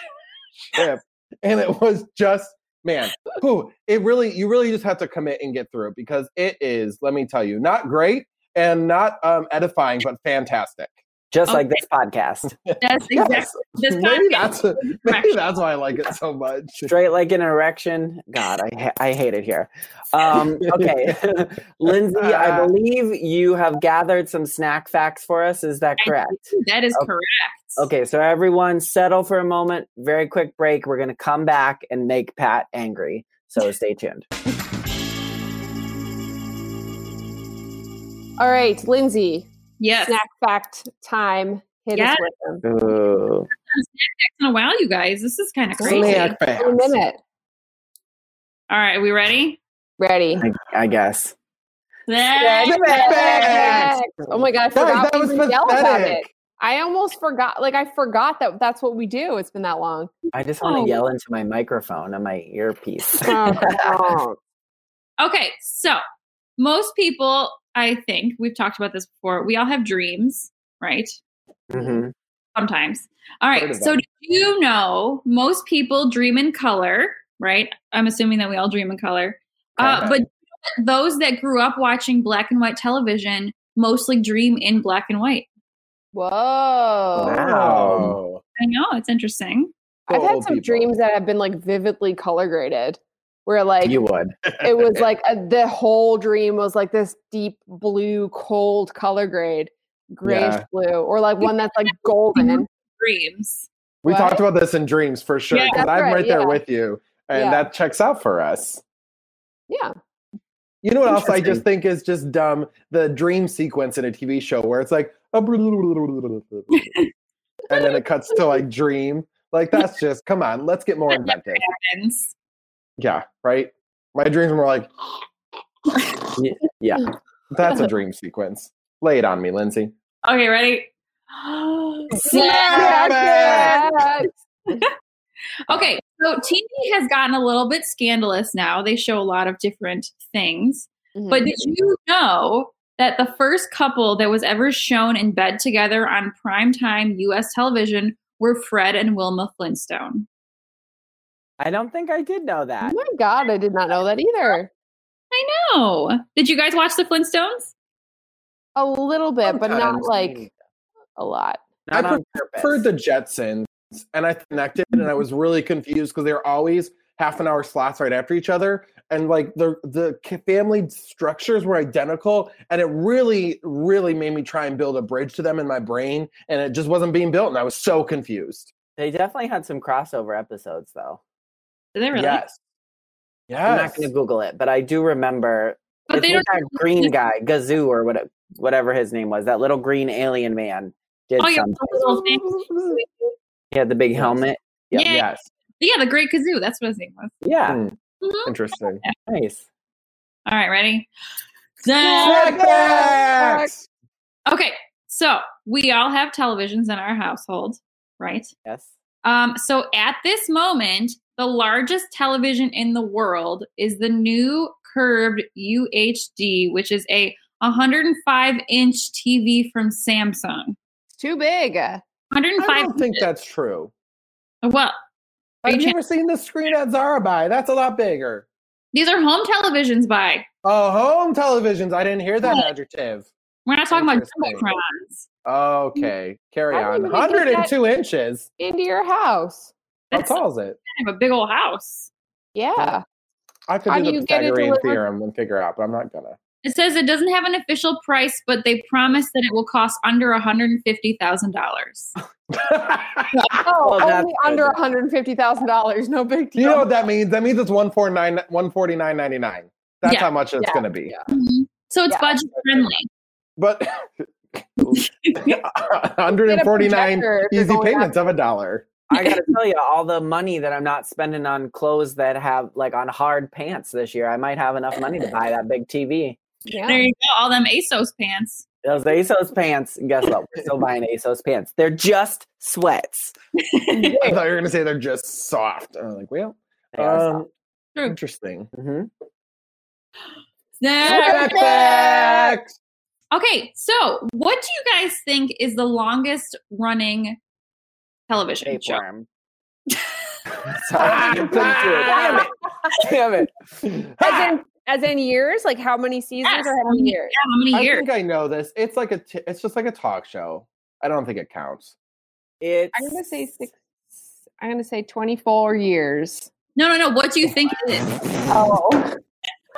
C: and it was just man, whew, it really, you really just have to commit and get through it because it is. Let me tell you, not great and not um, edifying, but fantastic.
B: Just like
A: Okay.
B: this podcast,
A: That's exactly.
C: Yes.
A: This
C: maybe
A: podcast-
C: that's maybe that's why I like it so much.
B: straight like an erection. God, I ha- I hate it here. Um, okay, Lindsay, I
C: Uh,
B: believe you have gathered some snack facts for us. Is that correct?
A: That is
B: Okay.
A: correct.
B: Okay, so everyone settle for a moment. Very quick break. We're going to come back and make Pat angry. So stay tuned.
D: All right, Lindsay,
A: Yes.
D: snack fact time. Hit
A: Yes.
D: us with them.
B: Ooh.
A: in a while, you guys. This is kind of crazy.
C: Snack facts.
D: In a minute.
A: All right, we ready?
D: Ready.
B: I, I guess.
A: Snack
D: Snack
C: facts.
D: facts. Oh my god, I
C: Guys,
D: forgot
C: that
D: we
C: was
D: even yelled about
C: pathetic.
D: it. I almost forgot. Like I forgot that that's what we do. It's been that long.
B: I just want to
D: Oh. Uh,
B: yell into my microphone and my earpiece.
D: Oh,
A: Okay, so most people, I think, we've talked about this before. We all have dreams, right?
B: Mhm.
A: Sometimes. All
C: Heard
A: right.
C: of
A: So,
C: them.
A: do you know most people dream in color, right? I'm assuming that we all dream in color. Uh,
C: Okay.
A: but those that grew up watching black and white television mostly dream in black and white.
D: Whoa! Oh.
C: Wow.
A: I know it's interesting.
D: I've
C: Poor
D: had
C: old
D: some
C: people.
D: dreams that have been like vividly color graded, where like
B: you would.
D: it was like a, the whole dream was like this deep blue, cold color grade, grayish
C: Yeah.
D: blue, or like one that's like golden.
A: Dreams.
C: We
D: What?
C: talked about this in dreams for sure.
A: Yeah,
C: 'cause
D: that's
C: I'm right,
D: right,
C: there
D: yeah.
C: with you. And
D: Yeah.
C: that checks out for us.
D: Yeah.
C: You know what else I just
B: Interesting.
C: think is just dumb? The dream sequence in a TV show where it's like, and then it cuts to like dream. Like, that's just, come on, let's get more inventive.
A: Friends.
C: Yeah, right? My dreams were like,
B: Yeah.
C: that's a dream sequence. Lay it on me, Lindsay.
A: Okay, ready? Snack.
C: Snack!
D: Snack!
A: Okay, so TV has gotten a little bit scandalous now. They show a lot of different things.
D: Mhm.
A: But did you know that the first couple that was ever shown in bed together on primetime US television were Fred and Wilma Flintstone?
B: I don't think I did know
D: oh
B: that.
D: my god, I did not know that either.
A: I know. Did you guys watch the Flintstones?
D: A little bit, but not
C: Sometimes.
D: like a lot.
B: Not
C: I
B: on
C: For
B: purpose.
C: the Jetsons, and I connected, and I was really confused because they were always half an hour slots right after each other, and like the the ki- family structures were identical, and it really, really made me try and build a bridge to them in my brain, and it just wasn't being built, and I was so confused.
B: They definitely had some crossover episodes, though.
A: Did they really?
C: Yes,
B: I'm not
C: yes.
B: going to Google it, but I do remember.
A: But
B: it's
A: they
B: like
A: don't.
B: that green guy, Gazoo, or what, whatever his name was, that little green alien man did
A: Oh, yeah,
B: something.
A: the little thing.
B: He had the big helmet. Yeah.
A: Yeah, yeah,
C: Yes,
A: the Great Kazoo. That's what his name was.
B: Yeah,
C: Mm,
A: Mhm.
C: interesting.
B: nice.
A: All right, ready?
D: Snack
C: Snacks!
A: Okay, so we all have televisions in our household, right?
B: Yes.
A: Um, so at this moment, the largest television in the world is the new curved UHD, which is a 105 inch TV from Samsung.
D: It's too big. uh, It's
C: I
A: 105.
C: don't think that's true.
A: Well, Are you
C: Have you
A: cha-
C: ever seen the screen at Zara by? That's a lot bigger.
A: these are home televisions. By
C: Oh, home televisions. I didn't hear that adjective.
A: we're not talking about
C: Interesting.
A: jumbotrons.
C: Okay, carry
D: How
C: on.
D: do you Mm, even get that-
C: 102 inches.
D: into your house.
C: How
A: That's
C: tall is it?
A: kind of a big old house.
D: Yeah.
C: I could
D: How
C: do
D: do
C: the
D: you get it
C: Pythagorean
D: delivered?
C: theorem and figure out, but I'm not gonna.
A: It says it doesn't have an official price, but they promise that it will cost under 150 thousand dollars.
D: Oh,
B: Well, that's
D: only under
B: good.
D: one hundred fifty thousand dollars. No big
C: Do
D: deal.
C: you know what that means? That means it's 149 149.99. That's
A: Yeah,
C: how much it's
D: yeah,
C: gonna be.
D: yeah.
A: So it's
D: Yeah.
A: budget friendly.
C: But
D: Get a
C: 149
D: projector if you're
C: easy
D: going
C: payments
D: after-
C: of a dollar.
B: I gotta tell you, all the money that I'm not spending on clothes that have like on hard pants this year, I might have enough money to buy that big TV.
A: There
D: Yeah.
A: you go. All them ASOS pants.
B: Those ASOS pants, guess what? We're still buying ASOS pants. They're just sweats.
C: I thought you were gonna say they're just soft. I'm like, well,
B: They are
C: um,
A: True.
C: interesting.
B: soft. Mhm.
A: Snack
C: Snacks!
A: Okay, so what do you guys think is the longest running television show?
B: Tapeworm. Sorry,
C: Damn
B: you couldn't do it. Damn it.
D: As in, as in years, like how many seasons
A: Yes.
D: or how many years?
A: Yeah, how many
C: I
A: years?
C: think I know this. It's like a. T- it's just like a talk show. I don't think it counts.
B: It's
D: I'm gonna say six. I'm gonna say twenty-four years.
A: no, no, no. What do you think it is?
D: Oh,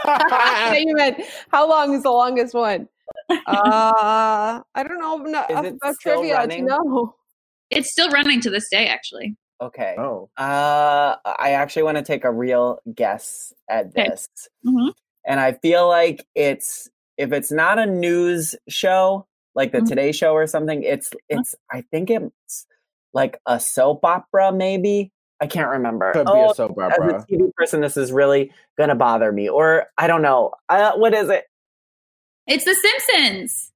B: Ah.
C: Oh,
D: I thought you meant how long is the longest one? Uh, I don't know no, uh,
B: Is it
D: about
B: still
D: trivia. to
B: running?
D: know.
A: It's still running to this day, actually.
B: Okay.
C: Oh,
B: Uh, I actually want to take a real guess at
A: Okay.
B: this.
A: Mhm.
B: And I feel like it's if it's not a news show like the
D: Mm-hmm.
A: Mhm.
B: Today Show or something, it's
D: Uh-huh.
B: it's I think it's like a soap opera maybe. I can't remember.
C: could be
B: Oh,
C: a soap
B: as
C: opera.
B: a TV person, this is really gonna bother me. Or I don't know. Uh, what is it?
A: It's The Simpsons.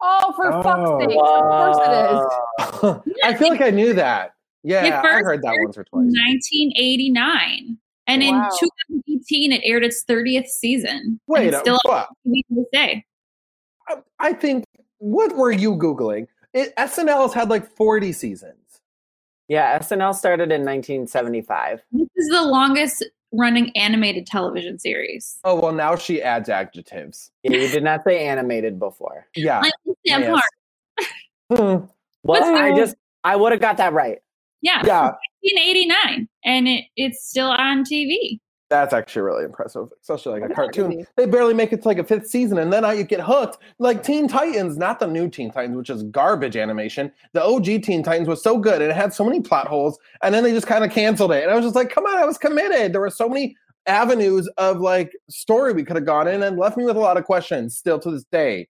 D: Oh, for
C: Oh.
D: fuck's sake! Of course it is.
C: I feel like I knew that. Yeah, I
A: first
C: heard that
A: aired
C: once or twice.
A: 1989. And
D: Wow.
A: in 2018, it aired its 30th season.
C: Wait, uh,
A: and it's
C: a
A: still
C: fuck.
A: on TV to this day.
C: I, I think. What were you googling? It, SNL's had like forty seasons.
B: Yeah, SNL started in 1975.
A: This is the longest running animated television series.
C: Oh well, now she adds adjectives.
B: Yeah, you did not say animated before.
C: Yeah.
A: Like Sam
C: yes.
A: Hart.
C: Hmm.
B: Well,
A: What's
B: I
A: that?
B: just I would have got that right.
A: Yeah,
C: yeah,
A: 1989. And it, it's still on TV.
C: that's actually really impressive, especially like a cartoon. They barely make it to like a fifth season, and then I get hooked. Like Teen Titans, not the new Teen Titans, which is garbage animation. The OG Teen Titans was so good, and it had so many plot holes, and then they just kind of canceled it. And I was just like, come on, I was committed. There were so many avenues of like story we could have gone in, and left me with a lot of questions still to this day.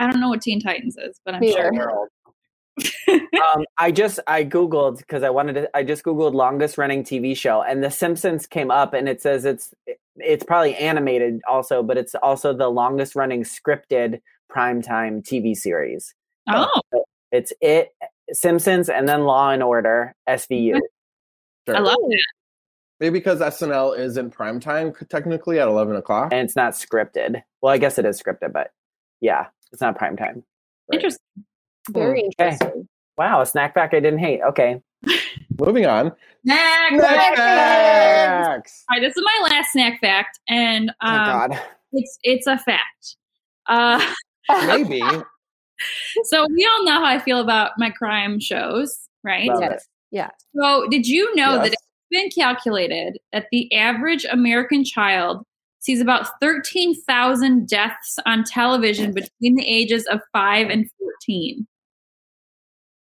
A: I don't know what Teen Titans is, but I'm
D: Me
A: sure.
D: either.
B: um, I just I googled because I wanted to. I just googled longest running TV show, and The Simpsons came up, and it says it's it's probably animated also, but it's also the longest running scripted primetime TV series.
A: Oh,
B: It's it Simpsons, and then Law and Order SVU.
A: I love it.
C: Maybe because SNL is in prime time technically at eleven o'clock.
B: and it's not scripted. Well, I guess it is scripted, but yeah, it's not prime time. Right.
A: Interesting.
D: Very
B: Okay.
D: interesting.
B: Wow, a snack pack I didn't hate. Okay,
C: Moving on.
A: Snack fact.
C: Snack facts.
A: All right, this is my last snack fact, and
B: Thank
A: um,
B: Oh, God.
A: it's it's a fact. Uh,
C: Maybe.
A: so we all know how I feel about my crime shows, right?
B: Love
D: Yes.
A: So did you know that
C: Yes.
A: it's been calculated that the average American child sees about 13,000 deaths on television between the ages of 5 and 14?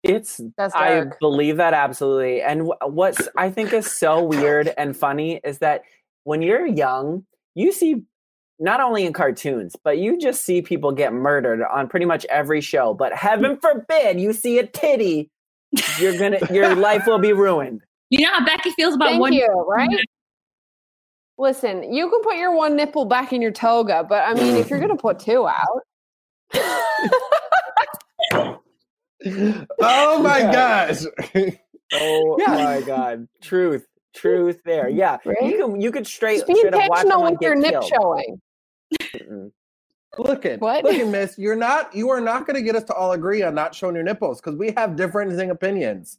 B: It's
D: That's
B: I
D: dark.
B: believe that absolutely. And wh- what I think is so weird and funny is that when you're young, you see not only in cartoons, but you just see people get murdered on pretty much every show. But heaven forbid you see a titty, you're gonna your life will be ruined.
A: You know how Becky feels about
D: Thank
A: one
D: you. Right. Listen, you can put your one nipple back in your toga, but I mean, if you're gonna put two out,
C: oh my
B: Yeah.
C: gosh.
B: Oh
C: Yeah.
B: my god. Truth. Truth there. Yeah.
D: Right?
B: You can you could straight
D: just be
B: straight up watch
D: intentional
B: someone
D: with your
B: get
D: nip
B: killed.
D: showing.
B: Mm-mm.
C: Look at
D: What?
C: look at miss. You're not you are not gonna get us to all agree on not showing your nipples because we have differing opinions.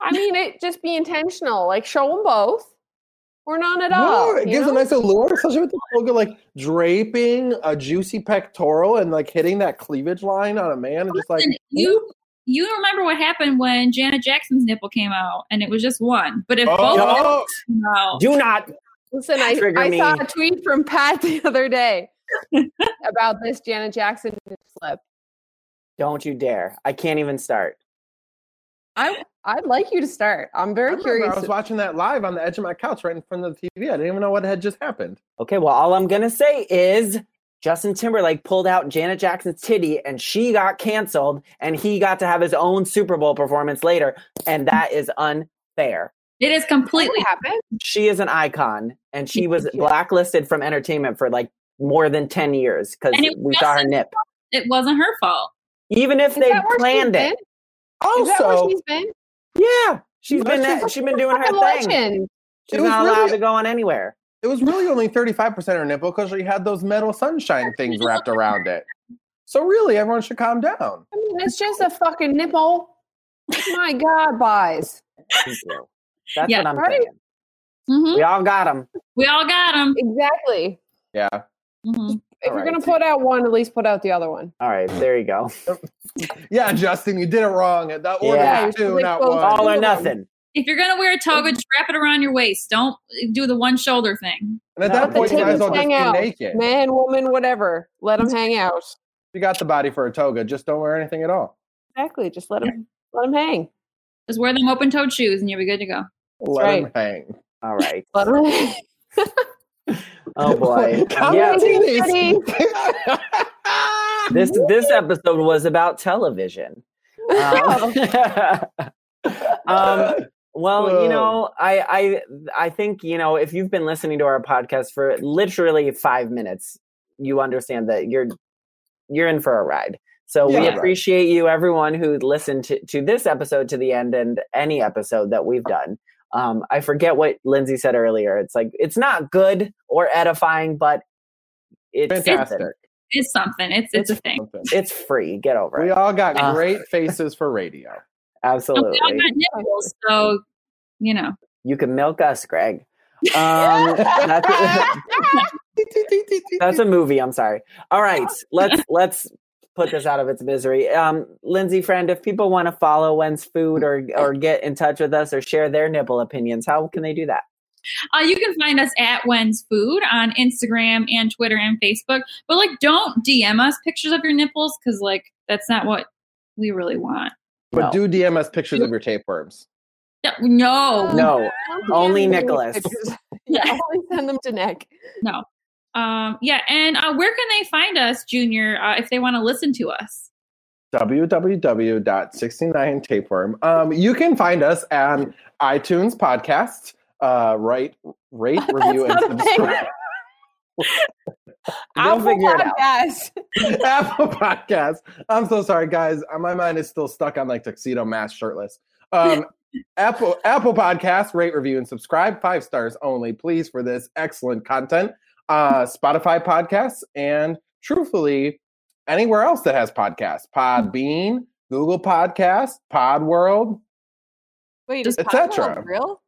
D: I mean, it just be intentional. Like show them both, or none at all.
C: No, it
D: you
C: gives
D: know?
C: a nice allure, especially with the logo like draping a juicy pectoral and like hitting that cleavage line on a man and just like
A: And you you remember what happened when Janet Jackson's nipple came out and it was just one. But if both of them
C: oh,
A: came out,
B: Do not
D: Listen, I,
B: Trigger
D: I saw
B: me.
D: a tweet from Pat the other day about this Janet Jackson slip.
B: don't you dare. I can't even start.
D: I I'd like you to start. I'm
C: I
D: very
C: remember
D: curious.
C: I was watching that live on the edge of my couch right in front of the TV. I didn't even know what had just happened.
B: Okay, well, all I'm gonna say is Justin Timberlake pulled out Janet Jackson's titty and she got canceled, and he got to have his own Super Bowl performance later, and that is unfair.
A: it is completely
D: what happened?
B: She is an icon, and she was
D: Yeah.
B: blacklisted from entertainment for like more than 10 years because
A: And it
B: we saw her
A: wasn't-
B: nip.
A: it wasn't her fault.
B: Even if
D: Is
B: they
D: that where she's
B: planned
D: been?
B: it.
D: Is that where
C: Also,
D: she's been?
B: Yeah. She's been
C: Legend.
B: she's been doing
D: I'm
B: her thing.
D: legend.
B: She's
C: It was
B: not allowed
C: really-
B: to go on anywhere.
C: it was really only 35% of her nipple because she had those metal sunshine things wrapped around it. So really, everyone should calm down.
D: I mean, it's just a fucking nipple. My God, buys.
B: Thank you. That's
A: Yeah,
B: what I'm
D: right?
B: saying.
A: hmm
B: We all got them.
A: We all got Mm-hmm. them.
D: Exactly.
C: Yeah.
D: If
B: All
D: you're
B: right.
D: gonna put out one, at least put out the other one.
B: All right, there you go.
C: Yeah, Justin, you did it wrong. That order
B: Yeah.
C: was two,
D: Like
C: not
D: both-
C: one.
B: All or
D: Two of 'em.
B: nothing.
A: If you're gonna wear a toga, just wrap it around your waist. Don't do the one shoulder thing.
C: And
B: Let
C: at that
B: the
C: point, you guys
B: titties
C: all just
D: hang
C: be
D: out.
C: naked.
D: Man, woman, whatever. Let them hang out.
C: You got the body for a toga. Just don't wear anything at all.
D: Exactly. Just let them let them hang.
A: Just wear them open-toed shoes, and you'll be good to go.
C: Let
D: right.
C: them hang.
B: All right.
D: Let them hang.
B: Oh boy.
C: Come
B: yeah.
C: on,
D: Titties.
C: titties.
B: This this episode was about television. Um, um, well, you
C: Whoa.
B: know, I I I think, you know, if you've been listening to our podcast for literally 5 minutes, you understand that you're you're in for a ride. So we
C: Yeah.
B: appreciate you, everyone who listened to, to this episode to the end and any episode that we've done. Um, I forget what Lindsay said earlier. It's like it's not good or edifying, but it's
C: Fantastic.
B: something.
A: It's something. It's it's a thing.
C: Something.
B: It's free. Get over
C: We
B: it.
C: all got
B: Uh.
C: great faces for radio.
A: And we all
B: Absolutely.
A: got nipples, so you know.
B: You can milk us, Greg. Um, that's, that's a movie. I'm sorry. All right, let's let's put this out of its misery. Um, Lindsay, friend, if people want to follow When's Food or or get in touch with us or share their nipple opinions, how can they do that?
A: Uh, you can find us at When's Food on Instagram and Twitter and Facebook. But like, don't DM us pictures of your nipples because like that's not what we really want.
C: But
B: no,
C: do DM us pictures of your tapeworms.
A: No, No,
B: no, Only Nicholas.
D: yeah, only send them to Nick.
A: Um, yeah, and uh, where can they find us, Junior, uh, if they want to listen to us?
C: www.69tapeworm. Um, you can find us on iTunes podcast. Uh, right, rate, review, and
D: something.
C: subscribe.
B: they'll figure it out.
D: Podcast.
C: Apple Podcast. I'm so sorry, guys. Uh, My mind is still stuck on like tuxedo mask, shirtless. Um, Apple Apple Podcast. Rate, review, and subscribe. Five stars only, please, for this excellent content. Uh, Spotify podcasts and truthfully, anywhere else that has podcasts. Podbean, Google Podcasts, Pod World.
D: Wait,
C: Et
D: Podcast
C: cetera.
D: real?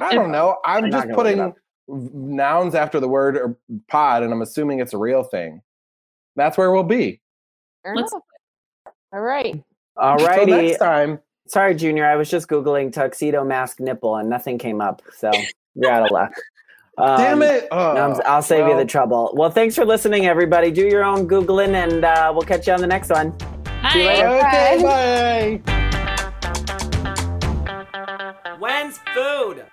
C: I don't know. I'm
B: I'm not
C: just
B: gonna look it
C: putting nouns after the word or pod, and I'm assuming it's a real thing. That's where we'll be.
D: Fair
A: Let's-
D: enough. All right.
B: All
C: Till
B: righty.
C: next time.
B: Sorry, Junior. I was just googling tuxedo mask nipple and nothing came up. So you're out of luck. Um,
C: Damn it. Oh,
B: I'm- I'll save you
C: well.
B: the trouble. Well, thanks for listening, everybody. Do your own googling, and uh, we'll catch you on the next one.
A: Bye.
B: later.
C: Okay, bye.
B: When's food?